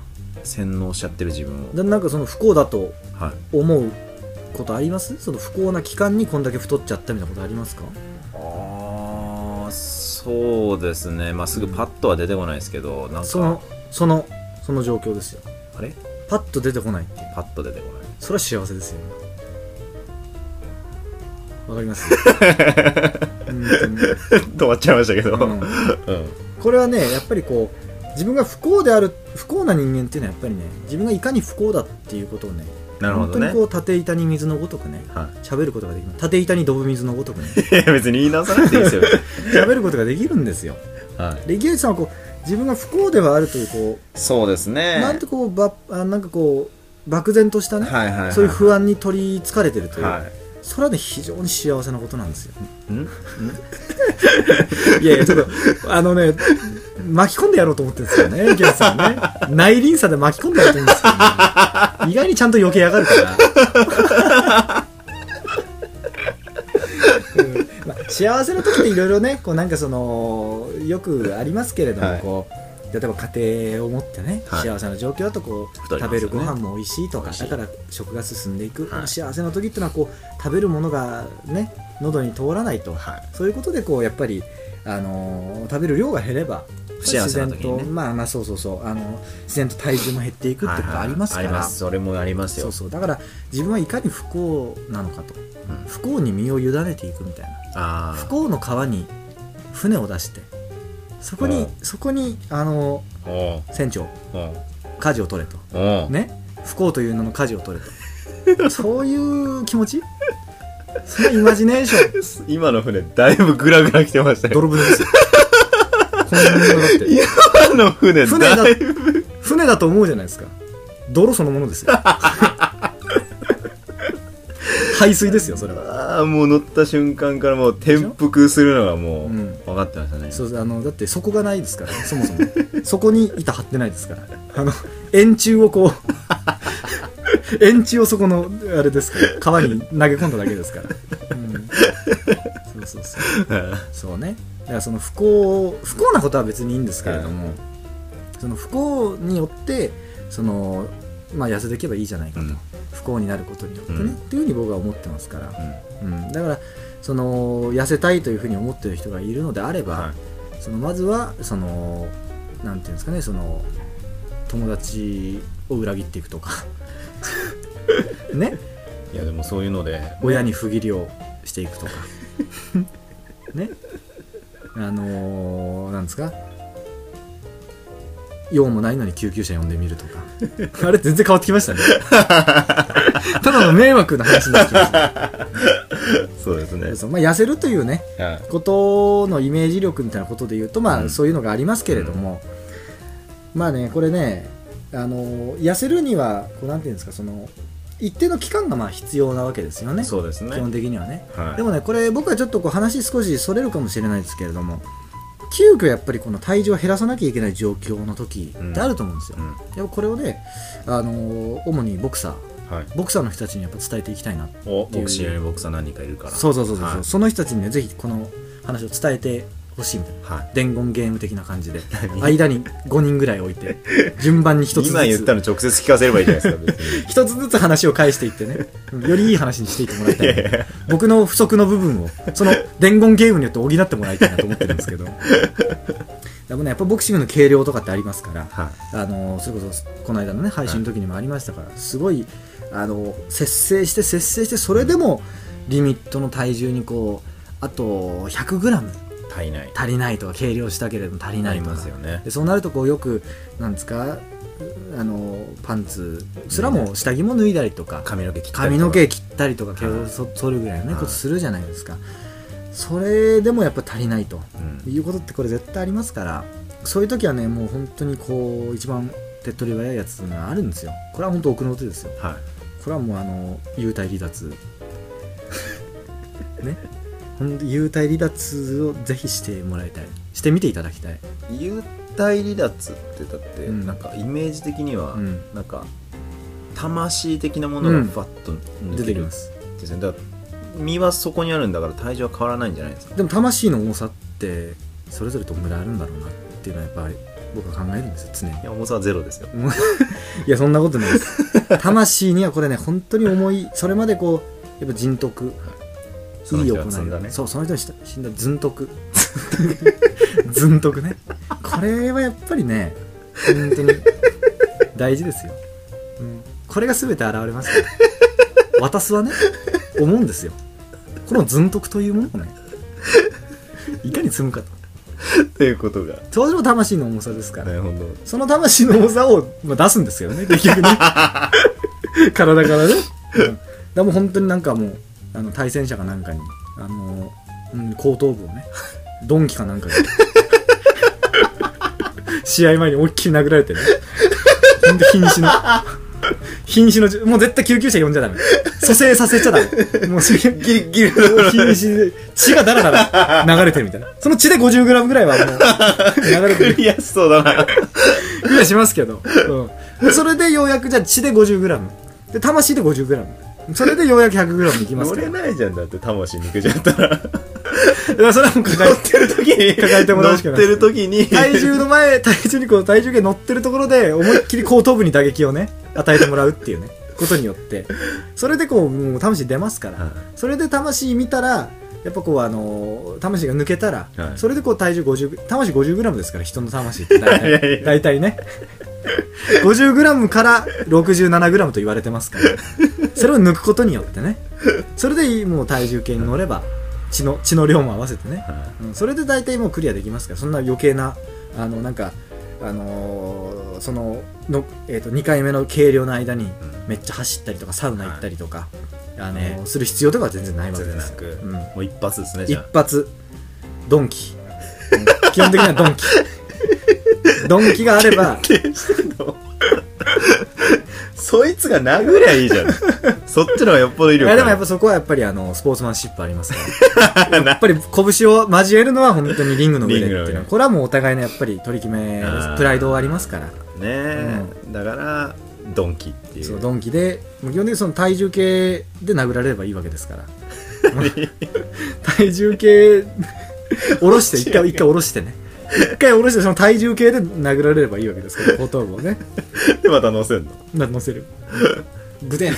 B: 洗脳しちゃってる自分を
A: だなんかその不幸だと
B: はい
A: 思うことありますその不幸な期間にこんだけ太っちゃったみたいなことありますか
B: ああそうですねまあすぐパッとは出てこないですけどなん
A: そ
B: か
A: のそのその状況ですよ
B: あれ
A: パッと出てこないっていう
B: パッと出てこない
A: それは幸せですよわかります 本当に
B: 止まっちゃいましたけど、う
A: うんんこれはねやっぱりこう自分が不幸である不幸な人間っていうのはやっぱりね自分がいかに不幸だっていうことをね
B: なるほ
A: 本
B: ど
A: 当に
B: ね
A: こう縦板に水のごとくね
B: は
A: 喋ることができる縦板にドブ水のごとくね
B: い、いや別に言い直さなくていい ですよ、
A: 喋ることができるん ですよ
B: はい、
A: で池内さんはこう自分が不幸ではあるというこ
B: そうです
A: う、
B: ね
A: なんてこうばあなんかこう漠然としたね、
B: はいはい、はい、
A: そういう不安に取りつかれてるという、
B: は
A: それはね非常に幸せなことなんですよ
B: いん
A: いやいやちょっとあのね巻き込んでやろうと思ってるんですよね池内さんね内輪差で巻き込んでやろうと思ってるんですけど、意外にちゃんと避けやがるから、うんまあ、幸せの時っていろいろねこうなんかそのよくありますけれども、
B: はい
A: こう例えば家庭を持ってね、
B: はい
A: 幸せな状況だとこう、
B: 太りますよね
A: 食べるご飯も美味しいとか
B: 美味し
A: だ
B: い
A: から食が進んでいく、
B: はい
A: 幸せの時ってのはこう食べるものがね喉に通らないと、そういうことでこうやっぱり、あのー食べる量が減れば
B: 不幸せな時にね
A: 自然とまあまあそうそうそうあの自然と体重も減っていくってことありますか
B: はいはいはいありま
A: ら
B: すそれもあります
A: そ
B: よ
A: うそうだから自分はいかに不幸なのかと、
B: ん
A: 不幸に身を委ねていくみたいな
B: あ
A: 不
B: あ
A: 幸の川に船を出してそこ
B: う
A: に
B: ん
A: そこにあの
B: おう
A: 船長
B: おう
A: 舵を取れと
B: おう
A: ね不幸という名の舵を取れ とそういう気持ちそのイマジネーシ ョン
B: 今の船だいぶグラグラ来てましたよ
A: 泥船ですよこんなものだって
B: 今の船
A: 船だ
B: だいぶ
A: 船だと思うじゃないですか泥そのもの ですよ排水ですよそれは、
B: ああもう乗った瞬間からもう転覆するのがもう
A: うん
B: 分かってましたね、
A: そうあのだって底がないですからそもそもそこに板張ってないですからあの円柱を こう円柱をそこのあれですから川に投げ込んだだけですから、うん、そうそうそうそうねだからその不幸を不幸なことは別にいいんですけれども、その不幸によってその、まあ、痩せていけばいいじゃないかと、
B: うん
A: 不幸になることによってね、
B: うん
A: っていうふうに僕は思ってますから、
B: うん
A: うん、だからその痩せたいというふうに思ってる人がいるのであれば、
B: はい
A: そのまずはそのなんていうんですかねその友達を裏切っていくとか ね
B: いやでもそういうので
A: 親に不義理をしていくとかねあのー、なんですか用もないのに救急車呼んでみるとかあれ全然変わってきました ねただの迷惑な話になってきました
B: そうですね
A: ねそうまあ痩せるというね
B: はい
A: ことのイメージ力みたいなことで言うとま
B: う
A: あ
B: ん
A: そういうのがありますけれども、まあねこれねあの痩せるにはこうなんていうんですかその一定の期間がまあ必要なわけですよね
B: そうですね
A: 基本的にはね、
B: はい
A: でもねこれ僕はちょっとこう話少しそれるかもしれないですけれども急遽やっぱりこの体重を減らさなきゃいけない状況の時ってあると思うんですよ、
B: うん
A: やっぱこれをねあの主にボクサー
B: はい
A: ボクサーの人たちにやっぱ伝えていきたいな
B: おボクシングボクサー何人かいるから
A: そうそうそうそう、
B: はい
A: その人たちにねぜひこの話を伝えてほしいみたいな
B: はい
A: 伝言ゲーム的な感じ で間に5人ぐらい置いて順番に1つずつ
B: 今言ったの直接聞かせればいいじゃないですか別に
A: 一つずつ話を返していって ね、うんよりいい話にしていってもらいたい
B: いやいや
A: 僕の不足の部分をその伝言ゲームによって補ってもらいたいなと思ってるん ですけどでもねやっぱボクシングの軽量とかってありますから
B: は
A: あのそれこそこの間のね配信の時にもありましたから、すごいあの節制して節制してそれでもリミットの体重にこうあと 100g
B: い体内
A: 足りないとか計量したけれども足り
B: な
A: な
B: り
A: いと
B: ま
A: か
B: すよね
A: でそうなるとこうよくなんですかあのパンツすらも下着も脱いだりとか
B: 髪の毛切ったり
A: 髪
B: とか
A: の毛切ったりとか毛をそ剃るぐらいのね
B: はい
A: ことするじゃないですかそれでもやっぱ足りないと
B: うん
A: いうことってこれ絶対ありますからそういう時はねもう本当にこう一番手っ取り早いやつがあるんですよこれは本当奥の手ですよ
B: はい
A: これはもうあの幽体離 脱ねほんと幽体離脱をぜひしてもらいたいしてみていただきたい
B: 幽体離脱ってだって、
A: うん
B: なんかイメージ的には、
A: うん
B: なんか魂的なものがファッと抜
A: 出て
B: け
A: き
B: るん
A: ま
B: ですすねだから身はそこにあるんだから体重は変わらないんじゃないですか
A: でも魂の重さってそれぞれどんぐらいあるんだろうなっていうのはやっぱり僕は考えるんですよ常に
B: いや重さはゼロですよ
A: もういやそんなことないです魂にはこれね本当に重いそれまでこうやっぱ人徳
B: その
A: いい
B: 人
A: 行
B: が積
A: い
B: んだね
A: そうその人にした死んだずんとく ずんとくねこれはやっぱりね本当に大事ですよ、うん、これが全て現れますよ私はね思うんですよこのずんとくというものをねいかに積むかと
B: ということが
A: それも魂の重さですから、
B: ねほんと
A: その魂の重さを、まあ、出すんですよね、結 局ね。体からね。うん、でも本当になんかもう、あの対戦者かなんかに、あの、うん、後頭部をね、ドンキかなん かで、試合前に思いっきり殴られてね。本当瀕死の。瀕死のじ、もう絶対救急車呼んじゃダメ。蘇生させちゃダメ。もうそれ、
B: ギリギリ
A: 瀕死で、血がダラダラ流れてるみたいな。その血で 50g ぐらいはもう、流れてる
B: 振。りやすそうだな
A: ぐらいしますけど、うん、それでようやくじゃあ血で 50g で魂で 50g それでようやく 100g いきます
B: 乗
A: か
B: れ
A: ら
B: ないじゃんだって魂抜けちゃったら
A: だからそれはもう抱え
B: 乗ってる時に
A: 抱えてもらうしかない
B: 乗ってる時に
A: 体重の前体重にこう体重計乗ってるところで思いっきり後頭部に打撃をね与えてもらうっていうねことによってそれでこうもう魂出ますから、
B: はい
A: それで魂見たらやっぱこうあのー魂が抜けたら、
B: はい
A: それでこう体重50魂 50g ですから人の魂って大
B: いやいやい
A: 体
B: や
A: 大体ね 50g から 67g と言われてますからそれを抜くことによってねそれでもう体重計に乗れば血の血の量も合わせてね、
B: は
A: うん、それで大体もうクリアできますからそんな余計なあのなんかあのーそのの、えー、と2回目の計量の間にめっちゃ走ったりとかサウナ行ったりとか、あのー
B: ね
A: する必要とかは全然ない
B: い
A: わけ
B: 全然
A: で
B: な
A: す
B: く、
A: うん
B: もう一発ですねじ
A: 一
B: ゃあ
A: 発ドンキ、うん基本的には ドンキドンキがあれば
B: 経験してんのそいつが殴りゃいいじゃんそっちの方がよっぽど威
A: い
B: 力あ
A: や
B: る
A: でもやっぱそこはやっぱりあのスポーツマンシップあります からやっぱり拳を交えるのは本当にリングの上でってい
B: リング
A: うの
B: の上
A: はこれはもうお互いのやっぱり取り決めです
B: あー
A: プライドはありますから
B: ねえ、だからドンキっていう
A: そうドンキでもう基本的にその体重計で殴られればいいわけですから 体重計下 ろして一回一回下ろしてね一回下ろしてその体重計で殴られればいいわけですから後頭部をね
B: でまた乗せんの
A: な乗せるグデン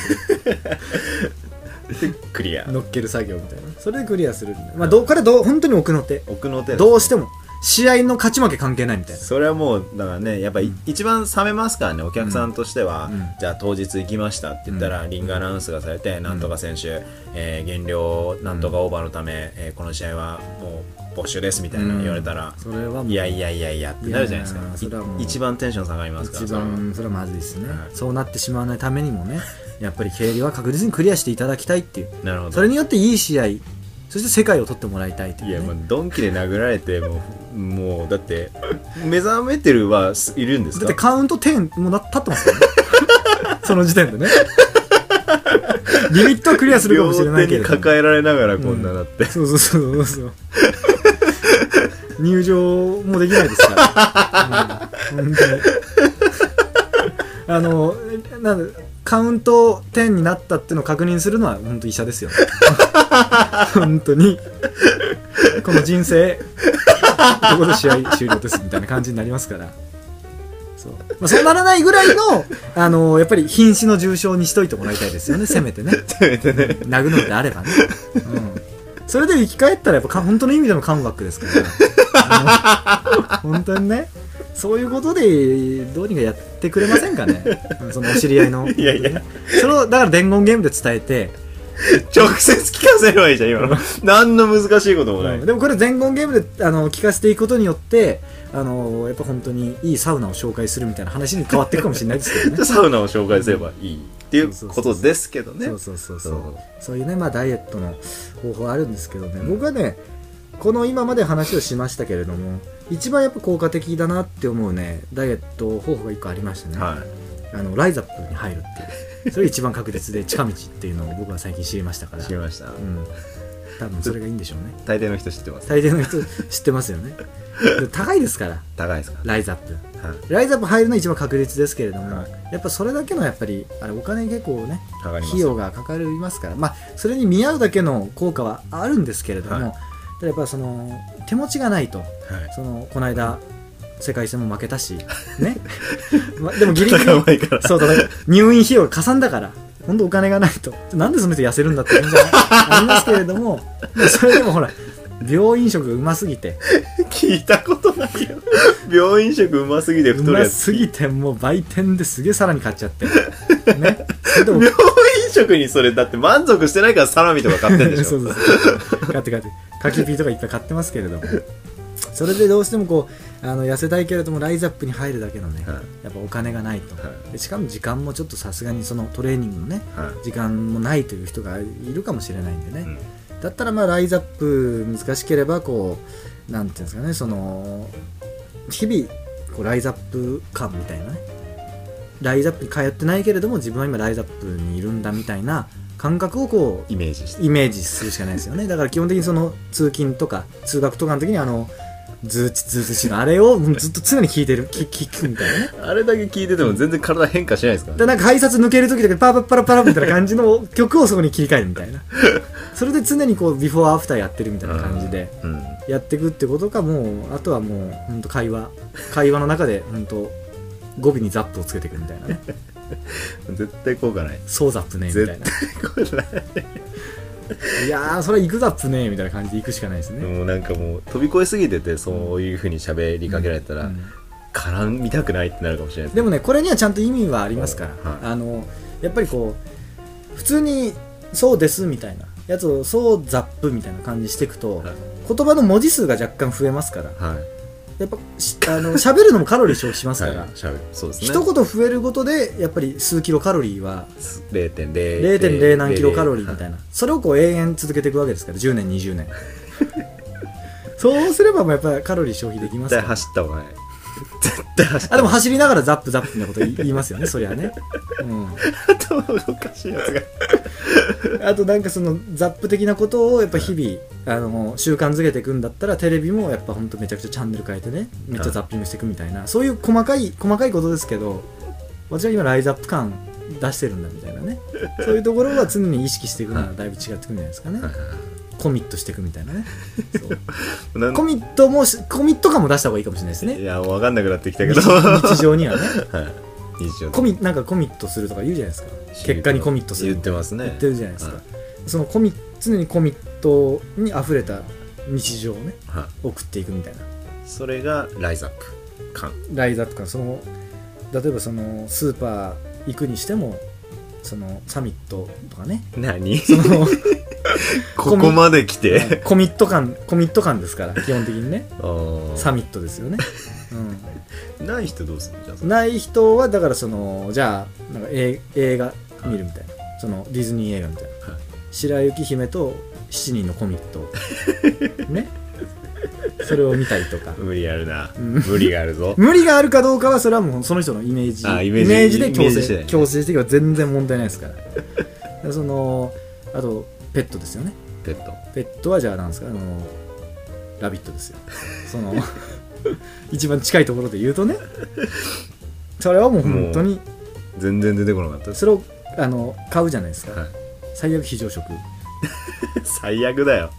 B: クリア
A: 乗っける作業みたいなそれでクリアするんだまあどこれどう本当に奥の手
B: 奥の手
A: どうしても試合の勝ち負け関係ないみたいな。
B: それはもうだからねやっぱ、り一番冷めますからねお客さんとしては、
A: うん
B: じゃあ当日行きましたって言ったら、リングアナウンスがされて、なんとか選手、えー減量なんとかオーバーのため、えーこの試合はもう没収ですみたいな
A: うん
B: 言われたら、
A: それはもう
B: いやいやいやいやってなるじゃないです
A: いやいやそれ
B: か
A: はもう
B: い一番テンション下がりますから
A: 一番それはまずいですね、
B: はい
A: そうなってしまわないためにもねやっぱり経理は確実にクリアしていただきたいっていう
B: なるほど
A: それによっていい試合そして世界を取ってもらいたいと
B: い
A: い
B: や
A: う、
B: も
A: ね
B: うドンキで殴られてもうもうだって目覚めてるはいるんです
A: だ
B: か
A: ってカウント10もうな立ってますからねその時点でねリミットはクリアするかもしれないけれ
B: 両
A: ど
B: 手に抱えられながらこんななって、
A: そうそうそうそうそう入場もできないですから、うん、本当にあのなんでカウント10になったっていうのを確認するのは本当医者ですよ本当にこの人生ここで試合終了ですみたいな感じになりますからそう,、まあ、そうならないぐらいのあのやっぱり瀕死の重傷にしといてもらいたいですよねせめてね殴るのであればね、うん、それで生き返ったらやっぱか本当の意味でのカムバックですから、あの本当にねそういうことでどうにかやってくれませんかねうんそのお知り合いの
B: いやいや
A: それをだから伝言ゲームで伝えて、
B: 直接聞かせればいいじゃん今の何の難しいこともない、
A: うんでもこれ伝言ゲームであの聞かせていくことによってあのやっぱ本当にいいサウナを紹介するみたいな話に変わっていくかもしれないですけど
B: じゃ
A: ね
B: あサウナを紹介すればいいっていうことですけどね
A: そうそうそうそう
B: そう
A: そういうね、まあ、ダイエットの方法あるんですけどね、僕はねこの今まで話をしましたけれども一番やっぱ効果的だなって思うねダイエット方法が一個ありましたね、
B: はい
A: あのライザップに入るっていうそれが一番確 実で近道っていうのを僕は最近知りましたから
B: 知りました
A: うん多分それがいいんでしょうね
B: 大抵の人知ってます
A: 大抵の人知ってますよねで高いですから
B: 高いですか
A: ライザップ
B: はい
A: ライザップ入るのは一番確率ですけれども、
B: はい
A: やっぱそれだけのやっぱりあれお金結構ね
B: かかります
A: 費用がかかりますから、まあ、それに見合うだけの効果はあるんですけれども、
B: はい
A: ただやっぱその手持ちがないと
B: はい
A: そのこの間世界戦も負けた し、ねま、でもギリギリ
B: 高いから
A: そうだね入院費用がかさんだから本当お金がないとなんでその人痩せるんだって感じはありますけれどもでもそれでもほら病院食がうますぎて
B: 聞いたことないよ病院食うますぎて
A: う
B: 太る
A: ま
B: やつ
A: すぎてもう売店ですげえサラミ買っちゃって、ね、それでも
B: 病院食にそれだって満足してないからサラミとか買ってんでし
A: そ
B: ょ
A: うそうそう買って買ってカキピーとかいっぱい買ってますけれどもそれでどうしてもこうあの痩せたいけれどもライズアップに入るだけのね、
B: はい
A: やっぱお金がないと、
B: は
A: でしかも時間もちょっとさすがにそのトレーニングのね
B: はい
A: 時間もないという人がいるかもしれないんでね、
B: うん
A: だったらまあライズアップ難しければこうなんていうんですかねその日々こうライズアップ感みたいなねライズアップに通ってないけれども自分は今ライズアップにいるんだみたいな感覚をこう
B: イメージして
A: イメージするしかないですよねだから基本的にその通勤とか通学とかの時にあのズーチズーチのあれをもうずっと常に聞いてる聞聞くみたいなね
B: あれだけ聞いてても全然体変化しないですからね
A: でなんか改札抜ける時とかパラパラパラみたいな感じの曲をそこに切り替えるみたいなそれで常にこうビフォーアフターやってるみたいな感じで
B: うん
A: やっていくってことかもうあとはもう本当会話会話の中で本当語尾にザップをつけていくみたいなね
B: 絶対効果ない
A: そうザップねみた
B: 絶
A: いな
B: 対効果ない
A: いやーそれは行くザップねみたいな感じで行くしかないですね
B: もうなんかもう飛び越えすぎててそういうふうに喋りかけられたら、
A: うん
B: 絡みたくないってなるかもしれない
A: でも
B: ね
A: ねこれにはちゃんと意味はありますから、
B: はい
A: あのやっぱりこう普通に「そうです」みたいなやつを「そうザップ」みたいな感じにしていくと、
B: はい
A: 言葉の文字数が若干増えますから
B: はい
A: やっぱしあの喋るのもカロリー消費しますから、
B: はい、しゃべるそうですね
A: 一言増えることでやっぱり数キロカロリーは
B: 0.0
A: 0.0何キロカロリーみた
B: はい
A: な、それをこう永遠続けていくわけですから10年20年 そうすればもうやっぱりカロリー消費できますか
B: 絶対
A: ら
B: 走った方がいい絶対走った
A: あでも走りながらザップザップなこと言い言いますよねそりゃね、うん、
B: 頭がおかしいやつ が
A: あとなんかそのザップ的なことをやっぱ日々、あの習慣づけていくんだったらテレビもやっぱほんとめちゃくちゃチャンネル変えてねめっちゃザッピングしていくみたいな、そういう細かい細かいことですけど私は今ライズアップ感出してるんだみたいなね そういうところは常に意識していくのはだいぶ違ってくるんじゃないですかね、コミットしていくみたいな ねそう
B: なん
A: コミットもしコミット感も出した方がいいかもしれないです
B: い
A: ね
B: や分かんなくなってきた け
A: 日
B: ど
A: 日常にはね
B: はい日常
A: コミなんかコミットするとか言うじゃないですか結果にコミットする
B: 言ってますね
A: 言ってるじゃないですか、
B: は
A: そのコミ常にコミットに溢れた日常をね
B: は
A: 送っていくみたいな
B: それがライザック缶
A: ライザックかその例えばそのスーパー行くにしてもそのサミットとかね
B: 何
A: その
B: ここまで来て
A: コミット感コミット感ですから基本的にね
B: あー
A: サミットですよね、
B: ない人どうするのじゃあそ
A: うん、
B: れ
A: ない人はだからそのじゃあなんかえ映画見るみたいなそのディズニー映画みたいな
B: はい
A: 白雪姫と7人のコミットねそれを見たりとか
B: 無理あるな
A: うん
B: 無理があるぞ
A: 無理があるかどうかはそれはもうその人のイメージ
B: あイメージ
A: で
B: イメ
A: 強
B: ージして
A: 制
B: ね
A: 強制していけば全然問題ないですからだからそのあとペットですよね
B: ペット
A: ペットはじゃあなんですかあのラビットですよその 一番近いところで言うとねそれはもう本当に
B: 全然出てこなかったです
A: それをあの買うじゃないですか、
B: はい
A: 最悪非常食
B: 最悪 だよ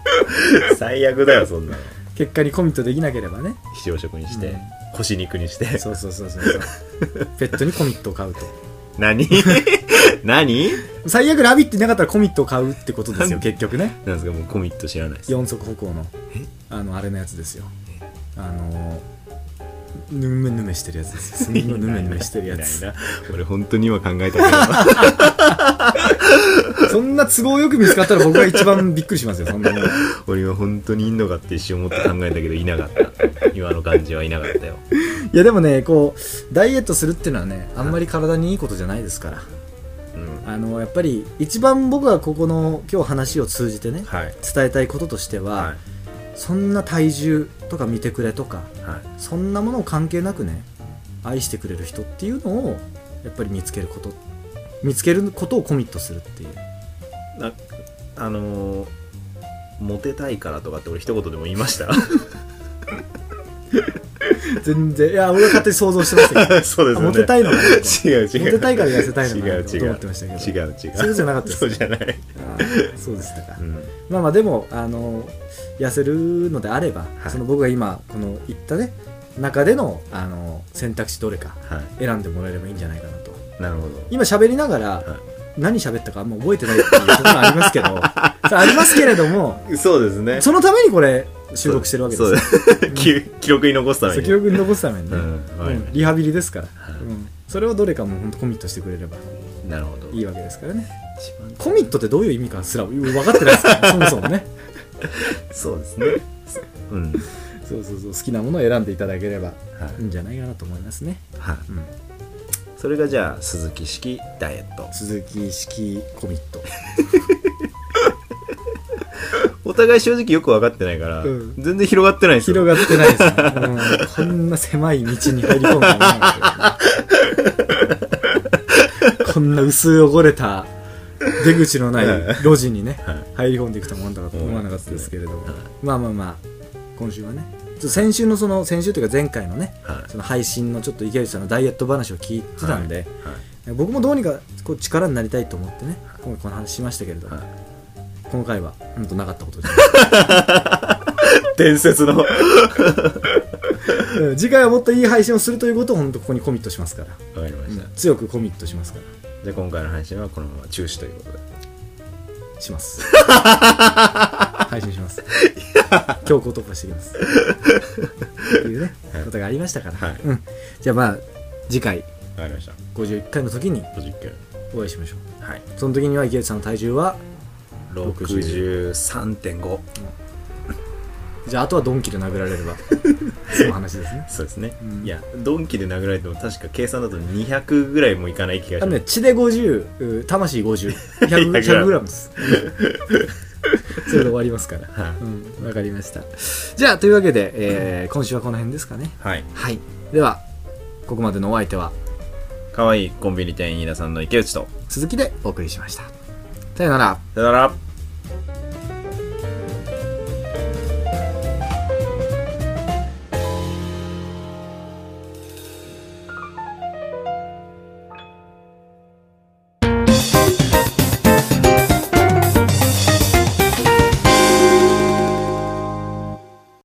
B: 最悪だよそんなの
A: 結果にコミットできなければね
B: 非常食にして、
A: うん
B: 干し肉にして
A: そうそうそうそうそう ペットにコミットを買うと
B: 何何
A: 最悪ラビットいなかったらコミットを買うってことです
B: な
A: よ
B: ん
A: 結局ね
B: なんですかもうコミット知らないです
A: 四足歩行のあのあれのやつですよあのぬめぬめしてるやつ ですよすんごいぬめぬめしてるや
B: い
A: つ
B: ないな俺本当に今考えたけ
A: そんな都合よく見つかったら僕が一番びっくりし ますよそんなもの
B: ど俺は本当にいんのかって一瞬思って考えたけどいなかった今の感じはいなかったよ
A: いやでもねこうダイエットするっていうのはねあんまり体にいいことじゃないですから
B: うん
A: あのやっぱり一番僕がここの今日話を通じてね
B: はい
A: 伝えたいこととしては、
B: は
A: そんな体重とか見てくれとか
B: いはい
A: そんなものを関係なくね愛してくれる人っていうのをやっぱり見つけること見つけることをコミットするっていう
B: なあのーモテたいからとかって俺一言でも言いました
A: 全然いや俺は勝手に想像してま したけ
B: そうですよ
A: ど
B: ね
A: モテたいのかなと
B: 違う違う
A: モテたいから痩せたいのか
B: 違
A: な
B: う
A: と
B: 違
A: 思
B: う
A: ってましたけど
B: 違う違う
A: そういうことじゃなかったです
B: そうじゃない、
A: あーそうでしたか
B: うん、
A: まあまあでもあの痩せるのであれば、
B: はい
A: その僕が今この言ったね中でのあの選択肢どれか
B: は
A: 選んでもらえればいいんじゃないかなと
B: いなるほど
A: 今喋りながら、
B: は
A: 何喋ったかあんま覚えてないっていうところはあり ますけどそれありますけれども
B: そうですね
A: そのためにこれ収録してるわけですよ
B: そう です記記録に残すため
A: そう
B: に
A: 記録に残すために
B: う
A: ね、うん
B: んわかりまし
A: リハビリですから、
B: はい
A: うんそれをどれかもう本当コミットしてくれれば
B: たなるほど
A: いいわけですからね
B: 一番
A: コミットってどういう意味かすら分かってないですから、そもそも ね
B: そうですねうん
A: そうそうそう好きなものを選んでいただければ
B: はい
A: いいんじゃないかなと思いますね、
B: はい
A: うん、
B: それがじゃあ鈴木式ダイエット
A: 鈴木式コミット
B: お互い正直よく分かってないから、
A: うん
B: 全然広がってないんですよ
A: 広がってないですね、うんこんな狭い道に入り込むのはないけどねこんな薄汚れた出口のない路地にね
B: はい
A: 入り込んでいくとは思わなかった思わなかったですけれども
B: はい
A: まあまあまあ今週はねちょっと先週のその先週というか前回のね
B: は
A: その配信のちょっと池内さんのダイエット話を聞いてたんで、
B: いは
A: 僕もどうにかこう力になりたいと思ってね今回この話しましたけれど、
B: い、はい
A: この回は本当なかったことで
B: 伝説 の
A: す次回はもっといい配信をするということを本当ここにコミットしますから、
B: わかりました、
A: 強くコミットしますから
B: じゃあ今回の配信はこのまま中止ということで
A: します 配信します強行突破していきますっていうね
B: はい
A: ことがありましたから、
B: はい
A: うん、じゃあまあ次回
B: わかりました
A: 51回の時に
B: 50件
A: お会いしましょう
B: はい
A: その時には池内さんの体重は
B: 63.5
A: じゃああとはドンキで殴られ ればその話ですね
B: そうですね、
A: うん
B: いやドンキで殴られても確か計算だと200ぐらいもいかない気が
A: あ
B: し
A: の
B: ま
A: ね、
B: す
A: 血で50、う魂50、100
B: 100
A: 100グラムです。それで終わりますから。
B: は
A: うん、わかりました。じゃあ、というわけで、えー今週はこの辺ですかね。
B: い、はい、
A: はい。では、ここまでのお相手は、
B: かわいいコンビニ店員飯田さんの池内と
A: 鈴木でお送りしました。さよなら。
B: さよなら